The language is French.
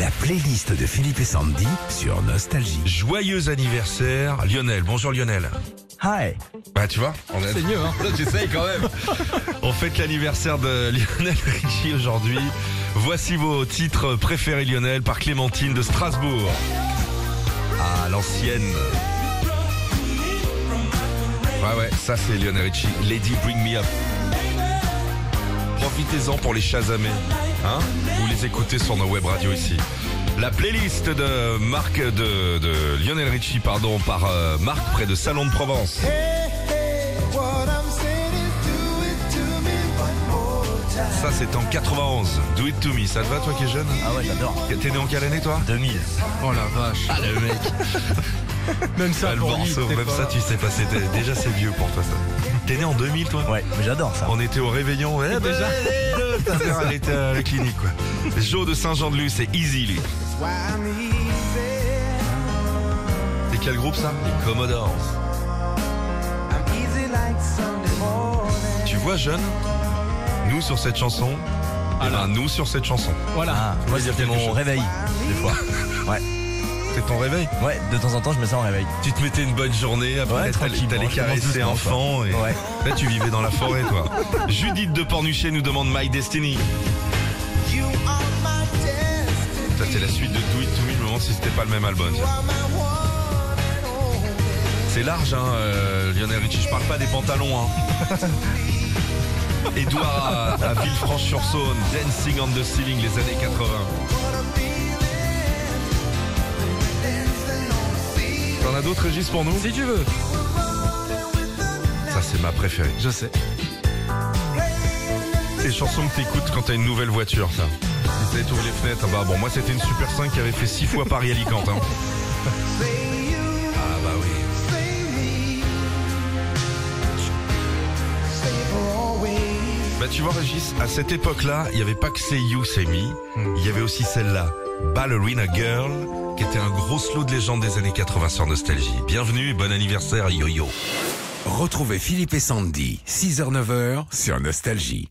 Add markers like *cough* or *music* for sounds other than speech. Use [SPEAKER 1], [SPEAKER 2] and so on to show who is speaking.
[SPEAKER 1] La playlist de Philippe et Sandy sur Nostalgie.
[SPEAKER 2] Joyeux anniversaire, Lionel. Bonjour Lionel.
[SPEAKER 3] Hi.
[SPEAKER 2] Bah tu vois, on a...
[SPEAKER 4] C'est mieux,
[SPEAKER 2] *laughs*
[SPEAKER 4] hein
[SPEAKER 2] j'essaye quand même. on fête l'anniversaire de Lionel Richie aujourd'hui. Voici vos titres préférés Lionel par Clémentine de Strasbourg. Ah, l'ancienne. Ouais ouais, ça c'est Lionel Richie. Lady Bring Me Up. Profitez-en pour les chasamer, hein Vous les écoutez sur nos web radio ici. La playlist de Marc de, de Lionel Richie, pardon, par euh, Marc près de Salon de Provence. Ça c'est en 91. Do it to me. Ça te va toi qui es jeune
[SPEAKER 3] Ah ouais, j'adore.
[SPEAKER 2] T'es né en quelle année toi
[SPEAKER 3] 2000.
[SPEAKER 4] Oh la vache.
[SPEAKER 2] Ah le mec.
[SPEAKER 4] Même ça,
[SPEAKER 2] le
[SPEAKER 4] pour lui,
[SPEAKER 2] morceau.
[SPEAKER 4] c'est
[SPEAKER 2] Même
[SPEAKER 4] pas-
[SPEAKER 2] ça tu sais pas. C'était déjà c'est vieux pour toi ça. T'es né en 2000 toi
[SPEAKER 3] Ouais, mais j'adore ça.
[SPEAKER 2] On était au réveillon. Eh, ben,
[SPEAKER 4] Déjà. *laughs*
[SPEAKER 2] allez, Ta mère, elle était à la clinique quoi. Joe de Saint-Jean-de-Luz, c'est Easy lui. C'est quel groupe ça Les Commodores. Tu vois, jeune, nous sur cette chanson, eh
[SPEAKER 4] Ah là.
[SPEAKER 2] ben, nous sur cette chanson.
[SPEAKER 4] Voilà.
[SPEAKER 3] Ah, moi
[SPEAKER 2] veux dire
[SPEAKER 3] c'était
[SPEAKER 2] quelque
[SPEAKER 3] mon
[SPEAKER 2] chose
[SPEAKER 3] réveil, des fois. Ouais,
[SPEAKER 2] C'est ton réveil.
[SPEAKER 3] ouais, de temps en temps je me sens en réveil.
[SPEAKER 2] Tu te mettais une bonne journée, après
[SPEAKER 3] Ouais,
[SPEAKER 2] t'allais-
[SPEAKER 3] tranquillement,
[SPEAKER 2] t'allais
[SPEAKER 3] je commence
[SPEAKER 2] caresser
[SPEAKER 3] doucement,
[SPEAKER 2] un enfant. Et...
[SPEAKER 3] Ouais.
[SPEAKER 2] Là, tu vivais dans la forêt,
[SPEAKER 3] *laughs*
[SPEAKER 2] toi. Judith de Pornuchet nous demande My Destiny. Ça, c'est la suite de Do It To Me. Je me demande si c'était pas le même album. tiens. C'est large, hein, euh, Lionel Richie. Je parle pas des pantalons, hein. *laughs* Edouard à, à Villefranche-sur-Saône, Dancing on the Ceiling, les années 80. T'en as d'autres, Régis, pour nous
[SPEAKER 4] Si tu veux.
[SPEAKER 2] Ça, c'est ma préférée.
[SPEAKER 4] Je sais.
[SPEAKER 2] Ces chansons que t'écoutes quand t'as une nouvelle voiture, ça. Si ça t'ouvre les fenêtres, bah bon, moi c'était une Super 5 qui avait fait 6 fois Paris-Alicante. Hein. Ah bah oui. Bah tu vois Régis, à cette époque-là, il n'y avait pas que C'est You, C'est Me, il y avait aussi celle-là, Ballerina Girl, qui était un gros slow de légende des années 80 sur Nostalgie. Bienvenue et bon anniversaire Yo-Yo.
[SPEAKER 1] Retrouvez Philippe et Sandy, 6h-9h sur Nostalgie.